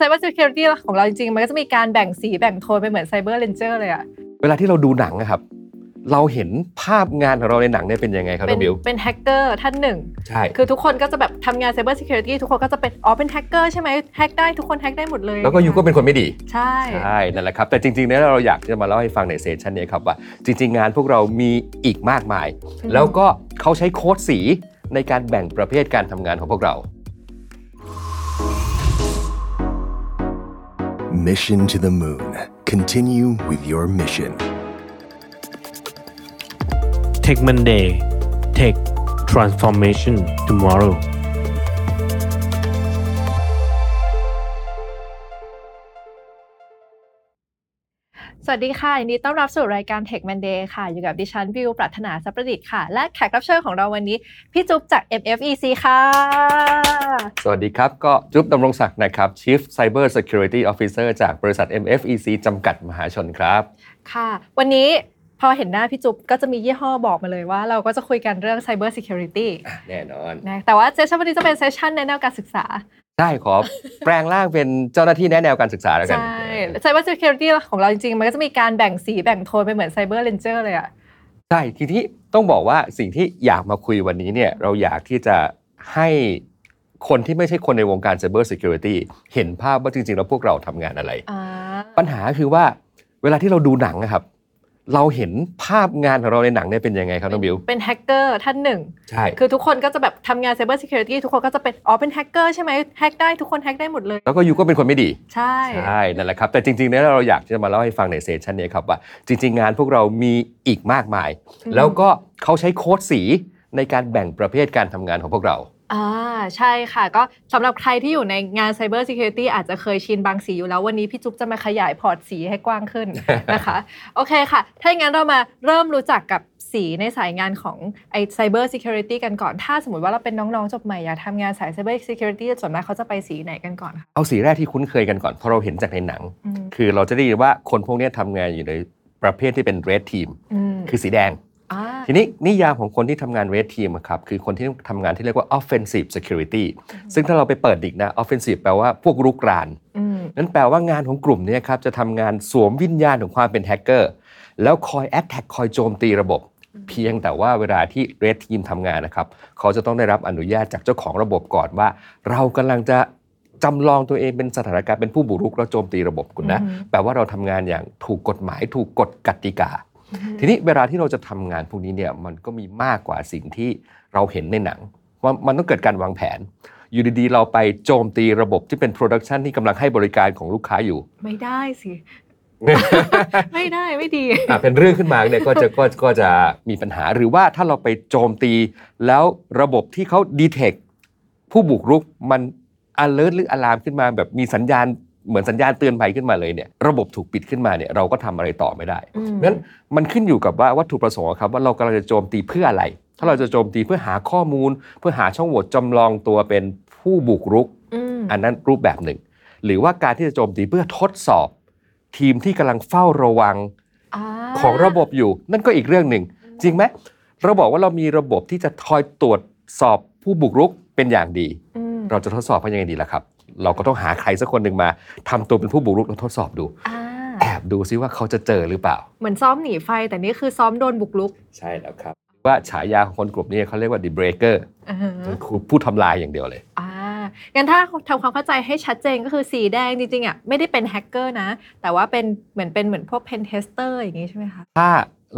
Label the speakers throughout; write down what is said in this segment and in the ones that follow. Speaker 1: Cyber Security ของเราจริงๆ มันก็จะมีการแบ่งสีแบ่งโทนไปเหมือน Cyber Ranger เลยอะ
Speaker 2: เวลาที่เราดูหนังอะครับ เราเห็นภาพงานของเราในหนังเนี่ยเป็นยังไงครับ
Speaker 1: เป็น
Speaker 2: น้องบิว
Speaker 1: เป็นแฮกเกอร์ท่านหนึ่ง
Speaker 2: ใช่
Speaker 1: คือทุกคนก็จะแบบทำงาน Cyber Security ทุกคนก็จะเป็นอ๋อเป็นแฮกเกอร์ใช่ไหมแฮกได้ทุกคนแฮกได้หมดเลย
Speaker 2: แล้วก็ยูก็เป็นคนไม่ดี
Speaker 1: ใช่
Speaker 2: ใช่นั่นแหละครับ แต่จริงๆแล้วเราอยากจะมาเล่าให้ฟังในเซสชันนี้ครับว่า จริง ๆ งานพวกเรามีอีกมากมาย แล้วก็เขาใช้โค้ดสีในการแบ่งประเภทการทำงานของพวกเรา
Speaker 3: Mission to the moon. Continue with your mission.
Speaker 4: Tech Monday Tech Transformation Tomorrow
Speaker 1: สวัสดีค่ะยินดีต้อนรับสู่รายการ Tech Monday ค่ะ อยู่กับดิฉันวิวปรัถนาสัพประดิษฐ์ค่ะ และแขกรับเชิญของเราวันนี้ พี่จุ๊บจาก MFEC ค่ะ
Speaker 2: สวัสดีครับ ก็จุ๊บดำรงศักดิ์นะครับ Chief Cyber Security Officer จากบริษัท MFEC จำกัดมหาชนครับ
Speaker 1: ค่ะ วันนี้พอเห็นหน้าพี่จุ๊บก็จะมียี่ห้อบอกมาเลยว่า เราก็จะคุยกันเรื่อง Cyber Security
Speaker 2: แน่นอน
Speaker 1: นะแต่ว่าเซสชันวันนี้จะเป็นเซสชันในแนวการศึกษา
Speaker 2: ได้ขอ แปลงร่างเป็นเจ้าหน้าที่แนะแนวการศึกษาแล้วกัน
Speaker 1: ใช่ Cyber Security ของเราจริงๆ มันก็จะมีการแบ่งสีแบ่งโทนไปเหมือน Cyber Ranger เลยอะ
Speaker 2: ใช่ทีนี้ต้องบอกว่าสิ่งที่อยากมาคุยวันนี้เนี่ยเราอยากที่จะให้คนที่ไม่ใช่คนในวงการ Cyber Security เห็นภาพว่าจริงๆ แล้วพวกเราทำงานอะไร
Speaker 1: อ่า
Speaker 2: ปัญหาคือว่าเวลาที่เราดูหนังอะครับ เราเห็นภาพงานของเราในหนังเนี่ยเป็นยังไงครับน้องบิว
Speaker 1: เป็นแฮกเกอร์ท่านหนึ่ง
Speaker 2: ใช่
Speaker 1: คือทุกคนก็จะแบบทำงาน Cyber Security ทุกคนก็จะเป็นอ๋อเป็นแฮกเกอร์ใช่ไหมแฮกได้ทุกคนแฮกได้หมดเลย
Speaker 2: แล้วก็ยูก็เป็นคนไม่ดี
Speaker 1: ใช่
Speaker 2: ใช่นั่นแหละครับ แต่จริงๆแล้วเราอยากจะมาเล่าให้ฟังในเซสชันนี้ครับว่า จริง ๆ งานพวกเรามีอีกมากมาย แล้วก็เขาใช้โค้ดสีในการแบ่งประเภทการทำงานของพวกเรา
Speaker 1: อ่าใช่ค่ะ ก็สำหรับใครที่อยู่ในงาน Cyber Security อาจจะเคยชินบางสีอยู่แล้ว วันนี้พี่จุ๊บจะมาขยายพอร์ตสีให้กว้างขึ้ น นะคะ โอเคค่ะ ถ้าอย่างนั้นเรามาเริ่มรู้จักกับสีในสายงานของไอ้ Cyber Security กันก่อน ถ้าสมมติว่าเราเป็นน้องๆจบใหม่อยากทำงานสาย Cyber Security ส่วนมากเขาจะไปสีไหนกันก่อนคะ
Speaker 2: เอาสีแรกที่คุ้นเคยกันก่อนเพราะเราเห็นจากในหนัง
Speaker 1: อืม
Speaker 2: คือเราจะได้ยินว่าคนพวกเนี้ยทำงานอยู่ในประเภทที่เป็น red team
Speaker 1: อืม
Speaker 2: คือสีแดง
Speaker 1: อ่า
Speaker 2: ทีนี้นิยามของคนที่ทำงาน red team อะครับคือคนที่ทำงานที่เรียกว่า offensive security ซึ่งถ้าเราไปเปิดดิกนะ offensive แปลว่าพวกรุกราน
Speaker 1: อืม
Speaker 2: นั่นแปลว่างานของกลุ่มเนี้ครับจะทำงานสวมวิญญาณของความเป็นแฮกเกอร์ แล้วคอยแอดแท็กคอยโจมตีระบบ เพียงแต่ว่าเวลาที่ Red Team ทำงานนะครับ เขาจะต้องได้รับอนุญาตจากเจ้าของระบบก่อนว่า เรากำลังจะจำลองตัวเองเป็นสถานการณ์เป็นผู้บุกรุกแล้วโจมตีระบบคุณนะแปลว่าเราทำงานอย่างถูกกฎหมายถูกกฎกติกา ทีนี้เวลาที่เราจะทำงานพวกนี้เนี่ยมันก็มีมากกว่าสิ่งที่เราเห็นในหนัง ว่ามันต้องเกิดการวางแผน อยู่ดีๆ เราไปโจมตีระบบที่เป็นโปรดักชันที่กำลังให้บริการของลูกค้าอยู่
Speaker 1: ไม่ได้สิ ไม่ได้ไม่ดี
Speaker 2: อ่ะเป็นเรื่องขึ้นมาเนี่ยก็จะก็ก็จะมีปัญหาหรือว่าถ้าเราไปโจมตี แล้วระบบที่เขาดีเทคผู้บุกรุกมัน alert หรือ alarm ขึ้นมา แบบมีสัญญาณเหมือนสัญญาณเตือนภัยขึ้นมาเลยเนี่ยระบบถูกปิดขึ้นมาเนี่ยเราก็ทำอะไรต่อไม่ได้
Speaker 1: อืม
Speaker 2: นั้นมันขึ้นอยู่กับว่าวัตถุประสงค์อะครับว่าเรากำลังจะโจมตีเพื่ออะไร ถ้าเราจะโจมตีเพื่อหาข้อมูล เพื่อหาช่องโหว่จำลองตัวเป็นผู้บุกรุก
Speaker 1: อืม
Speaker 2: อันนั้นรูปแบบหนึ่ง หรือว่าการที่จะโจมตีเพื่อทดสอบ ทีมที่กำลังเฝ้าระวัง
Speaker 1: อ่า
Speaker 2: ของระบบอยู่นั่นก็อีกเรื่องหนึ่ง จริงไหมเราบอกว่าเรามีระบบที่จะคอยตรวจสอบผู้บุกรุกเป็นอย่างดี
Speaker 1: อืม
Speaker 2: เราจะทดสอบเขายังไงดีล่ะครับ เราก็ต้องหาใครสักคนหนึ่งมาทำตัวเป็นผู้บุกรุกแล้วทดสอบดู
Speaker 1: อ่า
Speaker 2: แอบดูซิว่าเขาจะเจอหรือเปล่า
Speaker 1: เหมือนซ้อมหนีไฟแต่นี่คือซ้อมโดนบุกลุก
Speaker 2: ใช่แล้วครับ ว่าฉายาของคนกลุ่มนี้เขาเรียกว่า the breaker
Speaker 1: อ่าฮะ
Speaker 2: คือผู้ทำลายอย่างเดียวเลย
Speaker 1: อ่างั้นถ้าทำความเข้าใจให้ชัดเจนก็คือสีแดงจริงๆอ่ะไม่ได้เป็นแฮกเกอร์นะ แต่ว่าเป็นเหมือนเป็นเหมือนพวกเพนเทสเตอร์อย่างงี้ใช่ไหมคะ
Speaker 2: ถ้า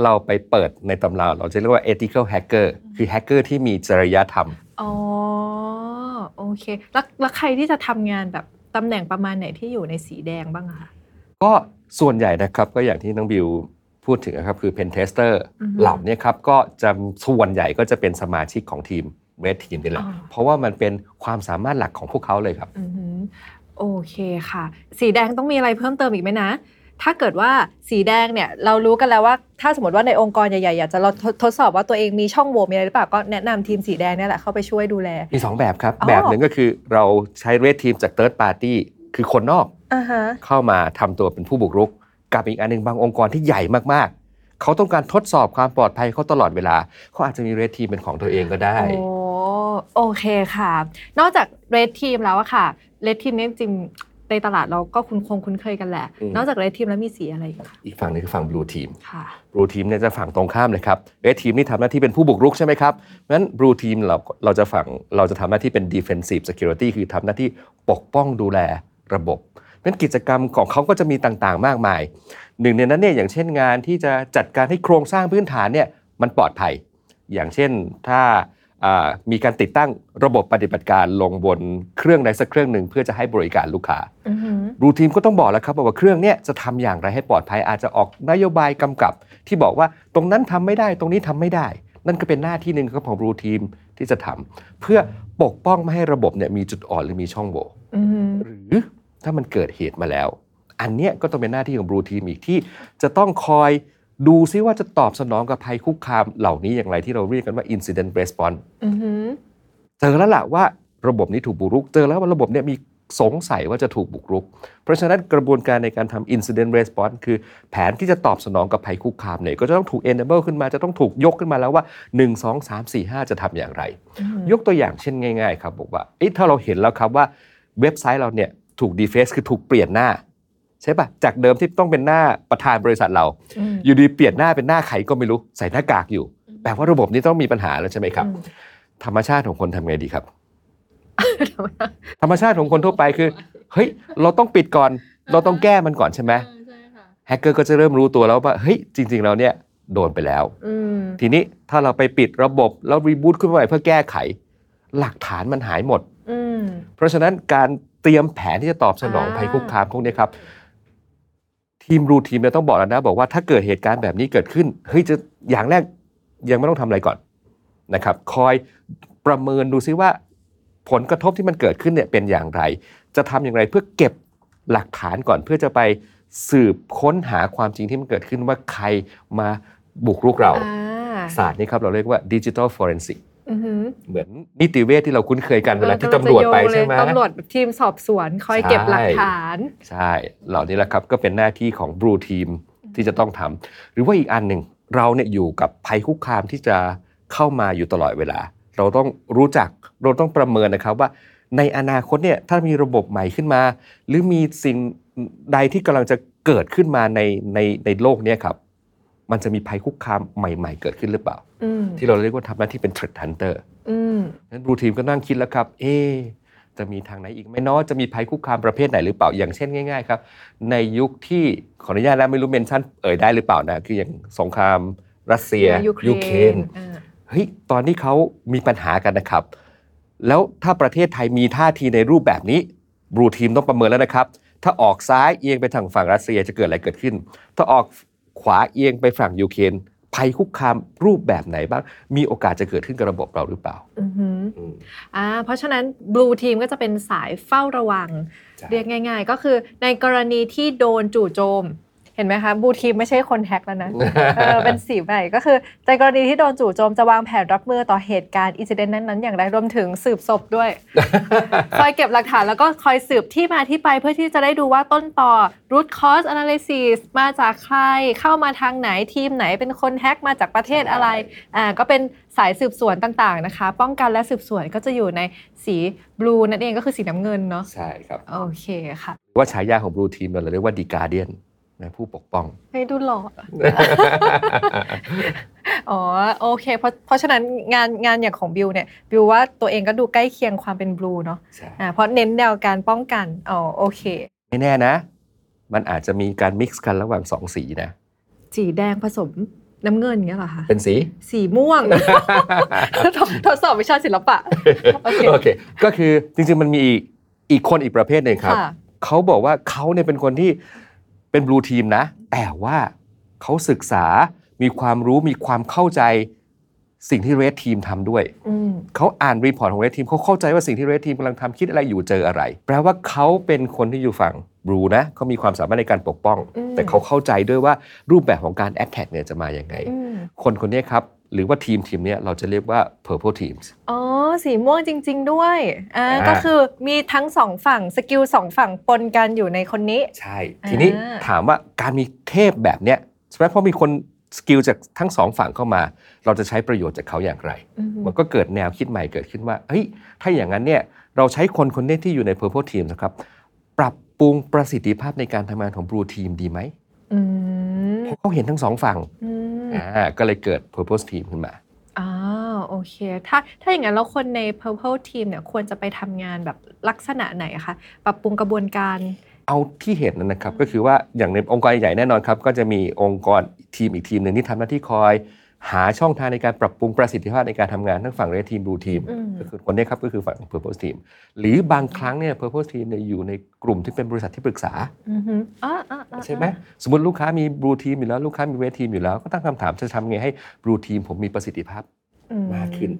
Speaker 2: เราไปเปิดในตำราเราจะเรียกว่า ethical hacker คือแฮกเกอร์ที่มีจริยธรรม
Speaker 1: อ๋อ โอเค แล้วแล้วใครที่จะทำงานแบบตำแหน่งประมาณไหนที่อยู่ในสีแดงบ้างอะคะ
Speaker 2: ก็ส่วนใหญ่นะครับก็อย่างที่น้องบิวพูดถึงนะครับคือ pen tester
Speaker 1: อือฮึ
Speaker 2: เหล่านี้ครับก็จะส่วนใหญ่ก็จะเป็นสมาชิกของทีม red team นี่แหละ
Speaker 1: อ๋อ
Speaker 2: เพราะว่ามันเป็นความสามารถหลักของพวกเขาเลยครับ
Speaker 1: อือหือโอเคค่ะ สีแดงต้องมีอะไรเพิ่มเติมอีกไหมนะ ถ้าเกิดว่าสีแดงเนี่ยเรารู้กันแล้วว่า ถ้าสมมติว่าในองค์กรใหญ่ๆอยากจะเราทดทดสอบว่าตัวเองมีช่องโหว่มีอะไรหรือเปล่าก็แนะนำทีมสีแดงเนี่ยแหละเข้าไปช่วยดูแล
Speaker 2: มี 2 แบบครับ
Speaker 1: อ๋อ
Speaker 2: แบบหนึ่งก็คือเราใช้ red team จาก third party คือคนนอก
Speaker 1: อ่าฮะ
Speaker 2: เข้ามาทำตัวเป็นผู้บุกรุก กับอีกอันหนึงบางองค์กรที่ใหญ่มากๆ เขาต้องการทดสอบความปลอดภัยเขาตลอดเวลาเขาอาจจะมี red team เป็นของตัวเองก็ได้
Speaker 1: โอ้โอเคค่ะ นอกจากเรดทีมแล้วอะค่ะเรดทีมนี่ยจริง ในตลาดเราก็คุ้นคงคุ้นเคยกันแหละ
Speaker 2: อืม
Speaker 1: นอกจาก Red Team แล้วมีสีอะไรอีกคะ
Speaker 2: อีกฝั่งหนึงคือฝั่ง blue team
Speaker 1: ค่ะ
Speaker 2: blue team เนี่ยจะฝั่งตรงข้ามเลยครับ red team นี่ทำหน้าที่เป็นผู้บุกรุกใช่ไหมครับงั้น blue team เราเราจะฝั่งเราจะทำหน้าที่เป็น defensive security คือทำหน้าที่ปกป้องดูแลระบบงั้นกิจกรรมของเขาก็จะมีต่างๆ มากมาย หนึ่งในนั้นเนี่ยอย่างเช่นงานที่จะจัดการให้โครงสร้างพื้นฐานเนี่ยมันปลอดภัย อย่างเช่นถ้าอ่ามีการติดตั้งระบบปฏิบัติการลงบนเครื่องใดสักเครื่องหนึ่งเพื่อจะให้บริการลูกค้า
Speaker 1: อือหือ
Speaker 2: รูทีมก็ต้องบอกแล้วครับว่าเครื่องเนี่ยจะทำอย่างไรให้ปลอดภัยอาจจะออกนโยบายกำกับ ที่บอกว่าตรงนั้นทำไม่ได้ตรงนี้ทำไม่ได้ นั่นก็เป็นหน้าที่หนึ่งครับของรูทีมที่จะทำเพื่อปกป้องไม่ให้ระบบเนี่ยมีจุดอ่อนหรือมีช่องโหว่
Speaker 1: อือหือ
Speaker 2: หรือถ้ามันเกิดเหตุมาแล้ว อันเนี้ยก็ต้องเป็นหน้าที่ของรูทีมอีกที่ จะต้องคอยดูซิว่าจะตอบสนองกับภัยคุกคามเหล่านี้อย่างไรที่เราเรียกกันว่า incident response
Speaker 1: อือหือ
Speaker 2: เจอแล้วล่ะว่าระบบนี้ถูกบุกรุก เจอแล้วว่าระบบเนี่ยมีสงสัยว่าจะถูกบุกรุก เพราะฉะนั้นกระบวนการในการทำ incident response คือแผนที่จะตอบสนองกับภัยคุกคามเนี่ยก็จะต้องถูก enable ขึ้นมาจะต้องถูกยกขึ้นมาแล้วว่า 1 2 3 4 5 จะทำอย่างไร ยกตัวอย่างเช่นง่าย ๆ ครับบอกว่าเอ๊ะถ้าเราเห็นแล้วครับว่าเว็บไซต์เราเนี่ยถูก deface คือถูกเปลี่ยนหน้า ใช่ปะจากเดิมที่ต้องเป็นหน้าประธานบริษัทเรา
Speaker 1: อืม
Speaker 2: อยู่ดีเปลี่ยนหน้าเป็นหน้าใครก็ไม่รู้ใส่หน้ากากอยู่แปลว่าระบบนี้ต้องมีปัญหาแล้วใช่ไหมครับ
Speaker 1: อืม
Speaker 2: ธรรมชาติของคนทำไงดี ครับ ธรรมชาติของคนทั่วไปคือ เฮ้ย เราต้องปิดก่อน เราต้องแก้มันก่อนใช่ไหมแฮกเกอร์ก็จะเริ่มรู้ตัวแล้วว่า เฮ้ย จริง ๆ เราเนี่ยโดนไปแล้ว
Speaker 1: อืม
Speaker 2: ทีนี้ถ้าเราไปปิดระบบแล้วรีบูตขึ้นมาใหม่เพื่อแก้ไข หลักฐานมันหายหมด
Speaker 1: อืม
Speaker 2: เพราะฉะนั้นการเตรียมแผนที่จะตอบสนองภัยคุกคามพวกนี้ครับ ทีมรูทีมเนี่ยต้องบอกแล้วนะบอกว่าถ้าเกิดเหตุการณ์แบบนี้เกิดขึ้นเฮ้ยจะอย่างแรกยังไม่ต้องทำอะไรก่อนนะครับ คอยประเมินดูซิว่า ผลกระทบที่มันเกิดขึ้นเนี่ยเป็นอย่างไร จะทำอย่างไรเพื่อเก็บหลักฐานก่อน เพื่อจะไปสืบค้นหาความจริงที่มันเกิดขึ้นว่าใครมาบุกรุกเรา
Speaker 1: อ่า
Speaker 2: ศาสตร์นี้ครับเราเรียกว่าดิจิทัลฟอเรนซิก
Speaker 1: อือหือ
Speaker 2: เหมือนนิติเวชที่เราคุ้นเคยกันเวลา
Speaker 1: ออก
Speaker 2: ที่ำรวจไปใช่ไหม
Speaker 1: กำลังจะโยงเลยตำรวจทีมสอบสวนคอยเก็บ
Speaker 2: ใช่
Speaker 1: หลักฐาน
Speaker 2: ใช่ เหล่านี้แหละครับก็เป็นหน้าที่ของ Blue Team ที่จะต้องทำ หรือว่าอีกอันหนึ่งเราเนี่ยอยู่กับภัยคุกคามที่จะเข้ามาอยู่ตลอดเวลา เราต้องรู้จักเราต้องประเมินนะครับว่า ในอนาคตเนี่ยถ้ามีระบบใหม่ขึ้นมา หรือมีสิ่งใดที่กำลังจะเกิดขึ้นมาในในในโลกเนี่ยครับ มันจะมีภัยคุกคามใหม่ ๆ เกิดขึ้นหรือเปล่า
Speaker 1: อืม
Speaker 2: ที่เราเรียกว่าทำหน้าที่เป็น threat hunter
Speaker 1: อืม
Speaker 2: นั้นบลูทีมก็นั่งคิดแล้วครับ เอ๊ะจะมีทางไหนอีกไหมเนาะจะมีภัยคุกคามประเภทไหนหรือเปล่า อย่างเช่นง่ายๆครับ ในยุคที่ขออนุญาตแล้วไม่รู้เมนชั่นเอ่ยได้หรือเปล่านะ คืออย่างสงครามรัสเซีย
Speaker 1: ยูเครนอ่า
Speaker 2: เฮ้ย ตอนนี้เขามีปัญหากันนะครับ แล้วถ้าประเทศไทยมีท่าทีในรูปแบบนี้บลูทีมต้องประเมินแล้วนะครับ ถ้าออกซ้ายเอียงไปทางฝั่งรัสเซียจะเกิดอะไรเกิดขึ้น ถ้าออกขวาเอียงไปฝั่งยูเครนภัยคุกคามรูปแบบไหนบ้างมีโอกาสจะเกิดขึ้นกับระบบเราหรือเปล่า
Speaker 1: อือหืออ่าเพราะฉะนั้นบลูทีมก็จะเป็นสายเฝ้าระวัง
Speaker 2: ใช่
Speaker 1: เรียกง่ายๆ ก็คือในกรณีที่โดนจู่โจม เห็นไหมคะบลูทีมไม่ใช่คนแฮกแล้วนะ เออเป็นสีใหม่ก็คือในกรณีที่โดนจู่โจมจะวางแผนรับมือต่อเหตุการณ์อินซิเดนต์นั้นๆ อย่างไรรวมถึงสืบศพด้วย คอยเก็บหลักฐานแล้วก็คอยสืบที่มาที่ไปเพื่อที่จะได้ดูว่าต้นต่อ root cause analysis มาจากใครเข้ามาทางไหนทีมไหนเป็นคนแฮ็กมาจากประเทศอะไรอ่าก็เป็นสายสืบสวนต่างๆนะคะ ป้องกันและสืบสวนก็จะอยู่ในสีบลูนั่นเองก็คือสีน้ำเงินเนาะ
Speaker 2: ใช่ครับ
Speaker 1: โอเคค่ะ
Speaker 2: ว่าฉายาของบลูทีมเราเรียกว่าดีการเดียนนะผู้ปกป้อง
Speaker 1: ให้ดูหล่อ อ๋อโอเคเพราะเพราะฉะนั้นงานงานอย่างของบิวเนี่ยบิวว่าตัวเองก็ดูใกล้เคียงความเป็นบลูเนาะ
Speaker 2: ใช่
Speaker 1: อ่าเพราะเน้นแนวการป้องกันอ๋อโอเค
Speaker 2: ไม่แน่นะ มันอาจจะมีการมิกซ์กันระหว่างสองสีนะ
Speaker 1: สีแดงผสมน้ำเงินอย่างเงี้ยเหรอคะ
Speaker 2: เป็น สี
Speaker 1: สีม่ว ง ทดทดสอบวิชาศิลปะ โอเค
Speaker 2: โอเค ก็คือจริงๆ มันมีอีกอีกคนอีกประเภทหนึ่งครับ
Speaker 1: ค่ะ
Speaker 2: เขาบอกว่าเขาเนี่ยเป็นคนที่เป็นบลูทีมนะ แต่ว่าเขาศึกษามีความรู้มีความเข้าใจสิ่งที่เรดทีมทำด้วย
Speaker 1: อืม
Speaker 2: เขาอ่านรีพอร์ตของเรดทีมเขาเข้าใจว่าสิ่งที่เรดทีมกำลังทำคิดอะไรอยู่เจออะไร แปลว่าเขาเป็นคนที่อยู่ฝั่งบลูนะเขามีความสามารถในการปกป้อง แต่เขาเข้าใจด้วยว่ารูปแบบของการแอ t แทกเนี่ยจะมาอย่างไง
Speaker 1: อืม
Speaker 2: คนคนเนี้ยครับ หรือว่าทีมทีมเนี้ยเราจะเรียกว่า purple teams
Speaker 1: อ๋อสีม่วงจริง ๆ ด้วยอ่า
Speaker 2: อ่า
Speaker 1: ก็คือมีทั้งสองฝั่งสกิลสองฝั่งปนกันอยู่ในคนนี้
Speaker 2: ใช่ ทีนี้
Speaker 1: อ่า
Speaker 2: ถามว่าการมีเทพแบบเนี้ยใช่ไหมเพราะมีคนสกิลจากทั้งสองฝั่งเข้ามา เราจะใช้ประโยชน์จากเขาอย่างไร
Speaker 1: อืม
Speaker 2: มันก็เกิดแนวคิดใหม่เกิดขึ้นว่า เฮ้ย ถ้าอย่างนั้นเนี่ย เราใช้คนคนนี้ที่อยู่ใน Purple Team นะครับ ปรับ ปรุงประสิทธิภาพในการทำงานของ Blue Team ดีไหม
Speaker 1: อืม
Speaker 2: เพราะเขาเห็นทั้งสองฝั่ง
Speaker 1: อืม
Speaker 2: อ่าก็เลยเกิด Purpose Team ขึ้นมา
Speaker 1: อ่าโอเค ถ้าถ้าอย่างนั้นแล้วคนใน Purple Team เนี่ยควรจะไปทำงานแบบลักษณะไหนคะปรับปรุงกระบวนการ
Speaker 2: เอาที่เห็นนะครับก็คือว่าอย่างในองค์กรใหญ่ๆแน่นอนครับ ก็จะมีองค์กรทีมอีกทีมหนึ่งที่ทำหน้าที่คอย หาช่องทางในการปรับปรุงประสิทธิภาพในการทำงานทั้งฝั่งเรดทีมบลูทีม
Speaker 1: อืม
Speaker 2: ก็คือคนเนี้ยครับก็คือฝั่ง Purpose Team หรือบางครั้งเนี่ย Purpose Team เนี่ยอยู่ในกลุ่มที่เป็นบริษัทที่ปรึกษา
Speaker 1: อือฮึอ่าอ่าอ่า
Speaker 2: ใช่ไหมสมมติลูกค้ามีบลูทีมอยู่แล้วลูกค้ามีเรดทีมอยู่แล้ว ก็ตั้งคำถามจะทำไงให้บลูทีมผมมีประสิทธิภาพ
Speaker 1: อื
Speaker 2: มากขึ้น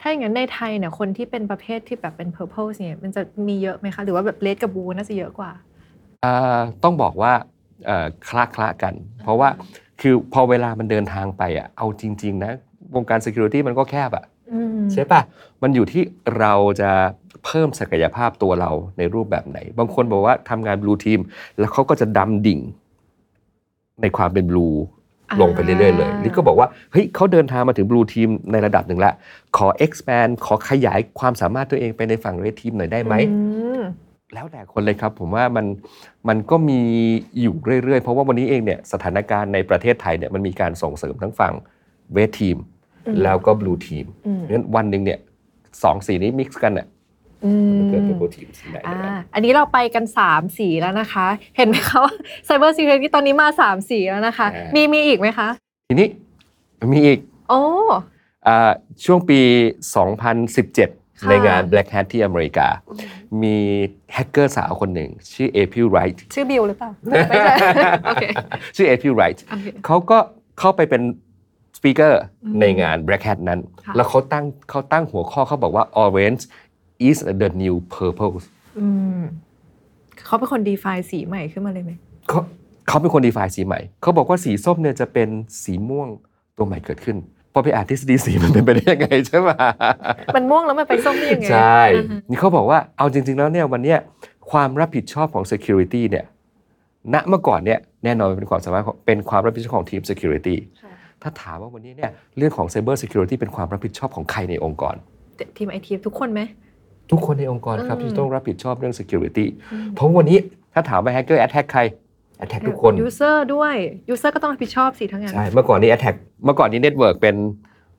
Speaker 1: ถ้าอย่างนั้นในไทยเนี่ยคนที่เป็นประเภทที่แบบเป็น Purple เนี่ยมันจะมีเยอะไหมคะหรือว่าแบบเลดกับบูน่าจะเยอะกว่า
Speaker 2: อ่าต้องบอกว่าเอ่อคละคละกัน เพราะว่าคือพอเวลามันเดินทางไปอ่ะเอาจริง ๆ นะ วงการ Security มันก็แคบอ่ะ
Speaker 1: อืม
Speaker 2: ใช่ปะมันอยู่ที่เราจะเพิ่มศักยภาพตัวเราในรูปแบบไหน บางคนบอกว่าทำงานบลูทีมแล้วเขาก็จะดำดิ่ง ในความเป็นบลู
Speaker 1: อ่า
Speaker 2: ลงไปเรื่อย ๆ เลยนี่ก็บอกว่าเฮ้ยเขาเดินทางมาถึงบลูทีมในระดับหนึ่งละขอ expand ขอขยายความสามารถตัวเองไปในฝั่งเรดทีมหน่อยได้ไหม
Speaker 1: อืม
Speaker 2: แล้วแต่คนเลยครับผมว่ามันมันก็มีอยู่เรื่อย ๆ เพราะว่าวันนี้เองเนี่ยสถานการณ์ในประเทศไทยเนี่ยมันมีการส่งเสริมทั้งฝั่งเวททีม
Speaker 1: อืม
Speaker 2: แล้วก็บลูทีม
Speaker 1: อืม
Speaker 2: เพราะฉะนั้นวันหนึ่งเนี่ยสองสีนี้มิกซ์กันเนี่ย
Speaker 1: อืม
Speaker 2: มันเกิดเป็นบลูทีมสีไหน
Speaker 1: อ่า
Speaker 2: ได้บ้าง
Speaker 1: อันนี้เราไปกัน 3 สีแล้วนะคะ เห็นไหมคะ ว่า Cyber Security ตอนนี้มา 3 สีแล้วนะคะ มีมีอีกไหมคะ
Speaker 2: ทีนี้มีอีก
Speaker 1: โอ้
Speaker 2: อ่าช่วงปี 2017
Speaker 1: ค่ะ
Speaker 2: ในงาน Black Hat ที่อเมริกา มีแฮกเกอร์สาวคนหนึ่ง ชื่อ April Wright
Speaker 1: ชื่อบิวหรือเปล่า ไม่ใช่ โอเค
Speaker 2: ชื่อ April Wright
Speaker 1: โอเค
Speaker 2: เขาก็เข้าไปเป็นสปีกเกอร์
Speaker 1: อืม
Speaker 2: ในงาน Black Hat นั้น
Speaker 1: ค่ะ
Speaker 2: แล้วเขาตั้งเขาตั้งหัวข้อเขาบอกว่า Orange is the new purple
Speaker 1: อืมเขาเป็นคน define สีใหม่ขึ้นมาเลยไหม
Speaker 2: เขาเขาเป็นคนดีไฟสีใหม่ เขาบอกว่าสีส้มเนี่ยจะเป็นสีม่วงตัวใหม่เกิดขึ้น พอไปอ่านทฤษฎีสีมันเป็นไปได้ยังไงใช่ไหม
Speaker 1: มันม่วงแล้วมันไปส้มได้ยังไง
Speaker 2: ใช่
Speaker 1: อ่าฮะ
Speaker 2: นี่เขาบอกว่า เอาจริง ๆ แล้วเนี่ยวันเนี้ยความรับผิดชอบของ Security เนี่ย ณ เมื่อก่อนเนี่ยแน่นอนเป็นความสามารถของเป็นความรับผิดชอบของทีม Security ถ้าถามว่าวันนี้เนี่ยเรื่องของ Cyber Security เป็นความรับผิดชอบของใครในองค์กร
Speaker 1: ทีมไอทีทุกคนไหม
Speaker 2: ทุกคนในองค์กรครับ
Speaker 1: อืม
Speaker 2: ที่ต้องรับผิดชอบเรื่อง Security เพราะวันนี้ถ้าถามว่าแฮกเกอร์แอตแทกใครแอตแทกทุกคน
Speaker 1: user ด้วย user ก็ต้องรับผิดชอบสีทั้งนั้น
Speaker 2: ใช่เมื่อก่อนนี้แอตแทกเมื่อก่อนนี้เน็ตเวิร์กเป็น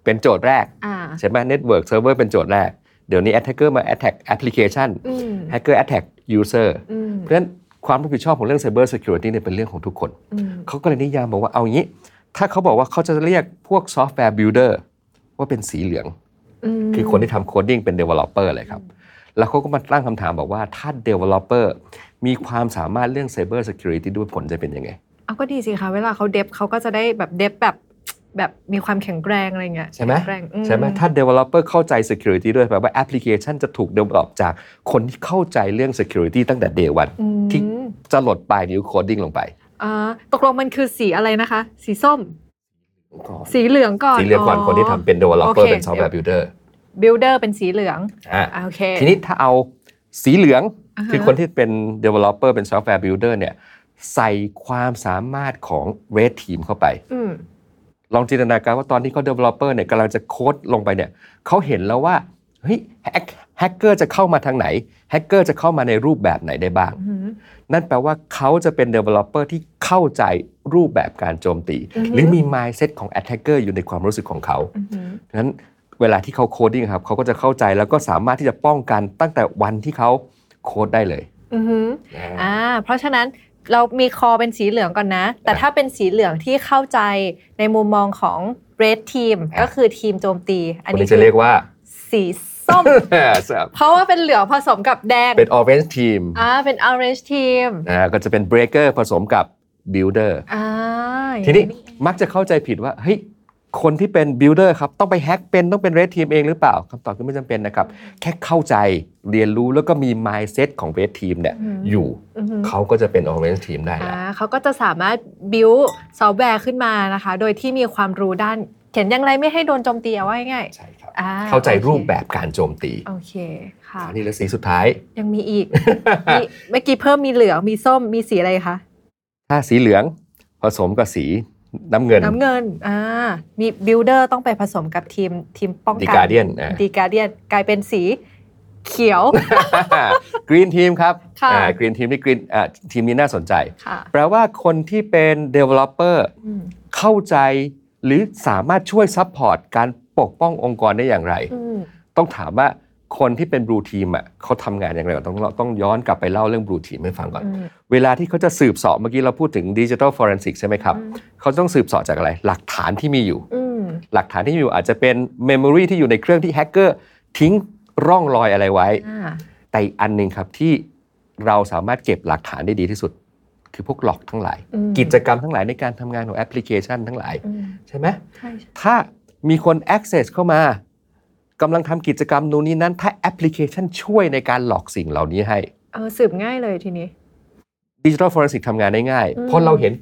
Speaker 2: เป็นโจทย์แรก
Speaker 1: อ่า
Speaker 2: ใช่ไหมเน็ตเวิร์กเซิร์ฟเวอร์เป็นโจทย์แรก เดี๋ยวนี้แอตแทกเกอร์มาแอตแทกแอปพลิเคชัน
Speaker 1: อืม
Speaker 2: แฮกเกอร์แอตแทกยูเซอร์
Speaker 1: อืม
Speaker 2: เพราะฉะนั้นความรับผิดชอบของเรื่อง Cyber Security เนี่ยเป็นเรื่องของทุกคน
Speaker 1: อืม
Speaker 2: เขาก็เลยนิยามบอกว่าเอางี้ ถ้าเขาบอกว่าเขาจะเรียกพวกซอฟต์แวร์บิลดเออร์ว่าเป็นสีเหลือง
Speaker 1: ม
Speaker 2: คือคนที่ทำโคดดิ้งเป็น Developer เลยครับ แล้วเขาก็มาตั้งคำถามบอกว่าถ้า Developer มีความสามารถเรื่อง Cyber Security ด้วยผลจะเป็นยังไง
Speaker 1: เอาก็ดีสิคะเวลาเขาเดฟเขาก็จะได้แบบเดฟแบบแบบมีความแข็งแกร่งอะไรเงี้ย
Speaker 2: ใช่ไหม
Speaker 1: แข็งแกร่งอื
Speaker 2: ใช่ไหมถ้า Developer เข้าใจ Security ด้วยแปลว่าแอปพลิเคชันจะถูก develop จากคนที่เข้าใจเรื่อง Security ตั้งแต่ day one
Speaker 1: อืม
Speaker 2: ที่ จะหลดปลายนิ้วโคดดิ้งลงไป
Speaker 1: อ่าตกลงมันคือสีอะไรนะคะ สีส้ม สีเหลืองก่อน
Speaker 2: สีเหลืองก่อนคนที่ทำเป็น
Speaker 1: โอ
Speaker 2: Developer
Speaker 1: ค
Speaker 2: เป็น Software Builder
Speaker 1: บิลเดอร์เป็นสีเหลือง
Speaker 2: อ่ะ
Speaker 1: อ่าโอเค
Speaker 2: ทีนี้ถ้าเอาสีเหลือง
Speaker 1: อ่าฮะ
Speaker 2: คือคนที่เป็น developer เป็น software builder เนี่ยใส่ความสามารถของ red team เข้าไป
Speaker 1: อืม
Speaker 2: ลองจินตนาการว่าตอนที่เขา developer เนี่ยกำลังจะโค้ดลงไปเนี่ยเขาเห็นแล้วว่าเฮ้ยแฮกเกอร์จะเข้ามาทางไหนแฮกเกอร์จะเข้ามาในรูปแบบไหนได้บ้าง
Speaker 1: อืม
Speaker 2: นั่นแปลว่าเขาจะเป็น developer ที่เข้าใจรูปแบบการโจมตี
Speaker 1: อือฮึ
Speaker 2: หรือมี mindset ของ attacker อยู่ในความรู้สึกของเขา
Speaker 1: อืม
Speaker 2: ฉะนั้นเวลาที่เขาโคดดิ้งครับเขาก็จะเข้าใจแล้วก็สามารถที่จะป้องกันตั้งแต่วันที่เขาโคดได้เลย
Speaker 1: อืมอ่าเพราะฉะนั้นเรามีคอเป็นสีเหลืองก่อนนะ แต่ถ้าเป็นสีเหลืองที่เข้าใจในมุมมองของ red team ก็คือทีมโจมตี อัน
Speaker 2: คน
Speaker 1: นี้
Speaker 2: นี้จะเรียกว่า
Speaker 1: สี ส้ม เพราะว่าเป็นเหลืองผสมกับแดง
Speaker 2: เป็น orange team
Speaker 1: อ่าเป็น orange team
Speaker 2: นะฮะก็จะเป็น breaker ผสมกับ builder
Speaker 1: อ่าอย่าง
Speaker 2: ทีนี้มักจะเข้าใจผิดว่าเฮ้ยคนที่เป็น builder ครับ ต้องไปแฮกเป็นต้องเป็น red team เองหรือเปล่าคำตอบคือไม่จำเป็นนะครับ แค่เข้าใจเรียนรู้แล้วก็มี mindset ของ red team เนี่ยอยู่
Speaker 1: อือหือ
Speaker 2: เขาก็จะเป็น orange team ได้
Speaker 1: อ่า
Speaker 2: แล้ว
Speaker 1: เขาก็จะสามารถ build ซอฟต์แวร์ขึ้นมานะคะ โดยที่มีความรู้ด้าน เขียนอย่างไรไม่ให้โดนโจมตีเอาไว้ง่าย
Speaker 2: ใช่ครับ
Speaker 1: ๆอ่
Speaker 2: เข้าใจ
Speaker 1: โอค
Speaker 2: รูปแบบการโจมตี
Speaker 1: โอเคค่ะ
Speaker 2: อันนี้และสีสุดท้าย
Speaker 1: ยังมีอีกมีเมื่อกี้เพิ่มมีเหลือง มีส้มมีสีอะไรคะ
Speaker 2: ถ้าสีเหลืองผสมกับสีน้ำเงิน
Speaker 1: น้ำเงินอ่ามี builder ต้องไปผสมกับทีมทีมป้องกัน
Speaker 2: The Guardian อ่า
Speaker 1: ดีการเดียนกลายเป็นสี เขียว
Speaker 2: กรีนทีมครับ
Speaker 1: ค่ะ
Speaker 2: กรีนทีมนี่กรีนทีมนี้น่าสนใจ
Speaker 1: ค่ะ
Speaker 2: แปลว่าคนที่เป็น developer
Speaker 1: อืม
Speaker 2: เข้าใจหรือสามารถช่วยซัพพอร์ตการปกป้ององค์กรได้อย่างไร
Speaker 1: อืม
Speaker 2: ต้องถามว่าคนที่เป็นบลูทีมอ่ะเขาทำงานอย่างไรก่อนต้องต้องย้อนกลับไปเล่าเรื่องบลูทีมให้ฟังก่อน
Speaker 1: อืม
Speaker 2: เวลาที่เขาจะสืบเสอบเมื่อกี้เราพูดถึงดิจิทัลฟอเรนซิกใช่ไหมครับ เขาต้องสืบเสอบจากอะไร หลักฐานที่มีอยู่
Speaker 1: อืม
Speaker 2: หลักฐานที่มีอยู่อาจจะเป็นเมมโมรีที่อยู่ในเครื่องที่แฮกเกอร์ทิ้งร่องรอยอะไรไว้
Speaker 1: อ่า
Speaker 2: แต่อีกอันหนึ่งครับที่เราสามารถเก็บหลักฐานได้ดีที่สุด คือพวกหลอกทั้งหลาย
Speaker 1: อืม
Speaker 2: กิจกรรมทั้งหลายในการทำงานของแอปพลิเคชันทั้งหลาย
Speaker 1: อืม
Speaker 2: ใช่ไหม
Speaker 1: ใช่ใช่
Speaker 2: ถ้ามีคน access เข้ามากำลังทำกิจกรรมนู่นนี่นั้น ถ้าแอปพลิเคชันช่วยในการหลอกสิ่งเหล่านี้ให้
Speaker 1: เออสืบง่ายเลยทีนี้
Speaker 2: ดิจิทัลฟอเรนซิกทำงานได้ง่าย
Speaker 1: อืม
Speaker 2: เพราะเราเห็น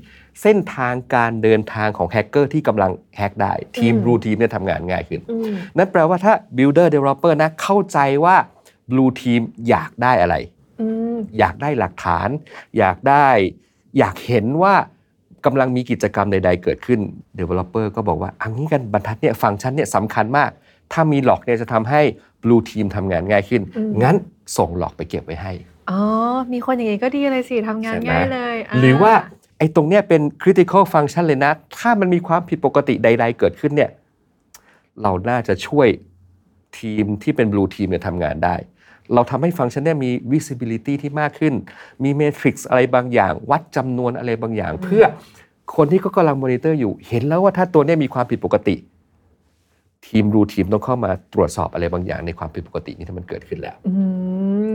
Speaker 2: เส้นทางการเดินทางของแฮกเกอร์ที่กำลังแฮกได้ ทีม
Speaker 1: อืม
Speaker 2: รูทีมเนี่ยทำงานง่ายขึ้น
Speaker 1: อืม
Speaker 2: นั่นแปลว่าถ้า builder developer นะเข้าใจว่า blue team อยากได้อะไร
Speaker 1: อืม
Speaker 2: อยากได้หลักฐาน อยากได้อยากเห็นว่ากำลังมีกิจกรรมใด ๆ เกิดขึ้น Developer ก็บอกว่าอันนี้กันบรรทัดเนี่ยฟังก์ชันเนี่ยสำคัญมาก ถ้ามีหลอกเนี่ยจะทำให้ Blue Team ทำงานง่ายขึ้น งั้นส่งหลอกไปเก็บไว้ให้
Speaker 1: อ๋อ มีคนอย่างงี้ก็ดีเลยสิทำงาน
Speaker 2: ใช่ไหม
Speaker 1: ง่ายเลย
Speaker 2: หรือว่าไอ้ตรงเนี้ยเป็น critical function เลยนะ ถ้ามันมีความผิดปกติใด ๆ เกิดขึ้นเนี่ยเราน่าจะช่วยทีมที่เป็น blue team เนี่ยทำงานได้ เราทำให้ฟังก์ชันเนี่ยมี visibility ที่มากขึ้น มีเมทริกซ์อะไรบางอย่าง วัดจำนวนอะไรบางอย่าง เพื่อคนที่เขากำลังมอนิเตอร์อยู่ เห็นแล้วว่าถ้าตัวเนี้ยมีความผิดปกติ ทีม blue team ต้องเข้ามาตรวจสอบอะไรบางอย่างในความผิดปกตินี้ถ้ามันเกิดขึ้นแล้ว
Speaker 1: อื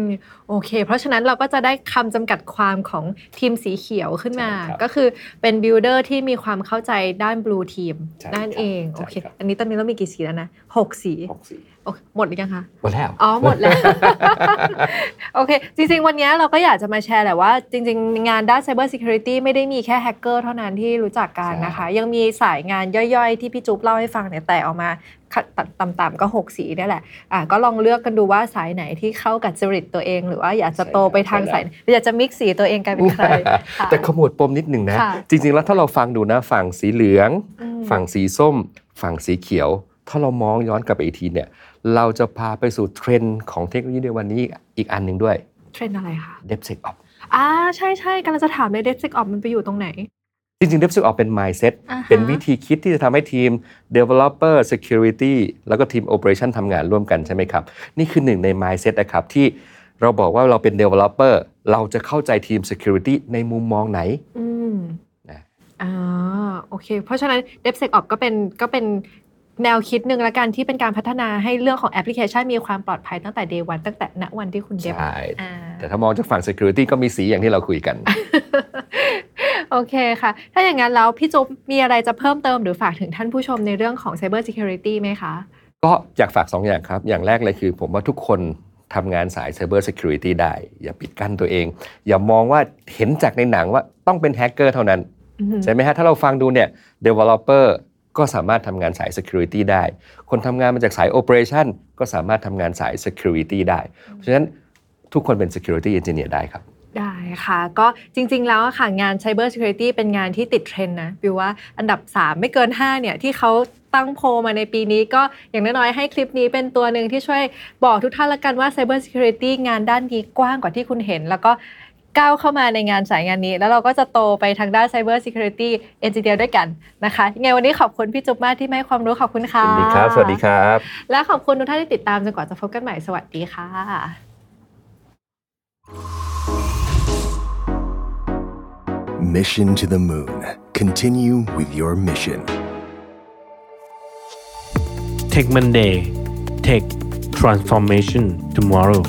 Speaker 1: มโอเค เพราะฉะนั้นเราก็จะได้คำจำกัดความของทีมสีเขียวขึ้นมา
Speaker 2: ใช่ครับ
Speaker 1: ก็คือเป็นบิลเดอร์ที่มีความเข้าใจด้านบลูทีม
Speaker 2: ใช่
Speaker 1: นั่น
Speaker 2: ครับ
Speaker 1: เอง
Speaker 2: ใช่
Speaker 1: โอเค
Speaker 2: ครับ
Speaker 1: อันนี้ตอนนี้เรามีกี่สีแล้วนะหกสี
Speaker 2: หกสี่
Speaker 1: โอเคหมดหรือยังคะ
Speaker 2: หมดแล้ว
Speaker 1: อ๋อ หมดแล้ว โอเค จริง ๆ วันนี้เราก็อยากจะมาแชร์แหละว่า จริง ๆ งานด้าน Cyber Security ไม่ได้มีแค่แฮกเกอร์เท่านั้นที่รู้จักกันนะคะ ยังมีสายงานย่อยๆ ที่พี่จุ๊บเล่าให้ฟังเนี่ยแต่ออกมาต่ำๆก็ 6 สีได้แหละอ่ะก็ลองเลือกกันดูว่าสายไหนที่เข้ากับจริตตัวเอง หรือว่าอยากจะโตไปทางสายไหนหรืออยากจะมิกซ์สีตัวเองกลายเป็นใค รค่ะ
Speaker 2: แต่ขมวดปมนิดหนึ่งนะ
Speaker 1: ค่ะ
Speaker 2: จริง ๆ แล้วถ้าเราฟังดูนะ ฝั่งสีเหลือง
Speaker 1: อืม
Speaker 2: ฝั่งสีส้ม ฝั่งสีเขียว ถ้าเรามองย้อนกลับไปอีกทีเนี่ย เราจะพาไปสู่เทรนด์ของเทคโนโลยีในวันนี้อีกอันหนึ่งด้วย
Speaker 1: เทรนด์อะไรคะ
Speaker 2: DevSecOps
Speaker 1: อ่าใช่ใช่ๆกำลังจะถามเลยเดฟซิกออกมันไปอยู่ตรงไหน
Speaker 2: จริง ๆ DevSecOps เป็น mindset
Speaker 1: อ่าฮะ
Speaker 2: เป็นวิธีคิดที่จะทำให้ทีม developer security แล้วก็ทีม operation ทำงานร่วมกันใช่ไหมครับ นี่คือหนึ่งใน mindset นะครับที่เราบอกว่าเราเป็น developer เราจะเข้าใจทีม security ในมุมมองไหน
Speaker 1: อืม
Speaker 2: นะ
Speaker 1: อ่าโอเค เพราะฉะนั้น DevSecOps ก็เป็นก็เป็นแนวคิดหนึ่งและกันที่เป็นการพัฒนาให้เรื่องของแอปพลิเคชันมีความปลอดภัยตั้งแต่ day one ตั้งแต่ณวันที่คุณเดฟ
Speaker 2: ใช่
Speaker 1: อ่า
Speaker 2: แต่ถ้ามองจากฝั่ง security ก็มีสีอย่างที่เราคุยกัน
Speaker 1: โอเคค่ะ ถ้าอย่างนั้นแล้วพี่จุ๊บมีอะไรจะเพิ่มเติมหรือฝากถึงท่านผู้ชมในเรื่องของ Cyber Security ไหมคะ
Speaker 2: ก็อยากฝาก 2 อย่างครับ อย่างแรกเลยคือ ผมว่าทุกคนทำงานสาย Cyber Security ได้ อย่าปิดกั้นตัวเอง อย่ามองว่าเห็นจากในหนังว่าต้องเป็นแฮกเกอร์เท่านั้น
Speaker 1: อืม
Speaker 2: ใช่ไหมฮะ ถ้าเราฟังดูเนี่ย Developer ก็สามารถทำงานสาย Security ได้ คนทำงานมาจากสาย Operation ก็สามารถทำงานสาย Security ได้ เพราะฉะนั้นทุกคนเป็น Security Engineer ได้ครับ
Speaker 1: ได้ค่ะ ก็จริง ๆ แล้วอะค่ะงาน Cyber Security เป็นงานที่ติดเทรนด์นะบิวว่าอันดับ 3 ไม่เกิน 5 เนี่ย ที่เขาตั้งโพลมาในปีนี้ก็อย่างน้อยๆ ให้คลิปนี้เป็นตัวหนึ่งที่ช่วยบอกทุกท่านละกันว่า Cyber Security งานด้านนี้กว้างกว่าที่คุณเห็น แล้วก็ก้าวเข้ามาในงานสายงานนี้ แล้วเราก็จะโตไปทางด้าน Cyber Security Engineer ด้วยกันนะคะยังไงวันนี้ขอบคุณพี่จุ๊บมากที่มาให้ความรู้ขอบคุณค่ะ
Speaker 2: บ
Speaker 1: และขอบคุณทุกท่านที่ติดตามจนกว่าจะพบกันใหม่สวัสดีค่ะ
Speaker 3: Mission to the moon. Continue with your mission.
Speaker 4: Tech Monday. Tech transformation tomorrow.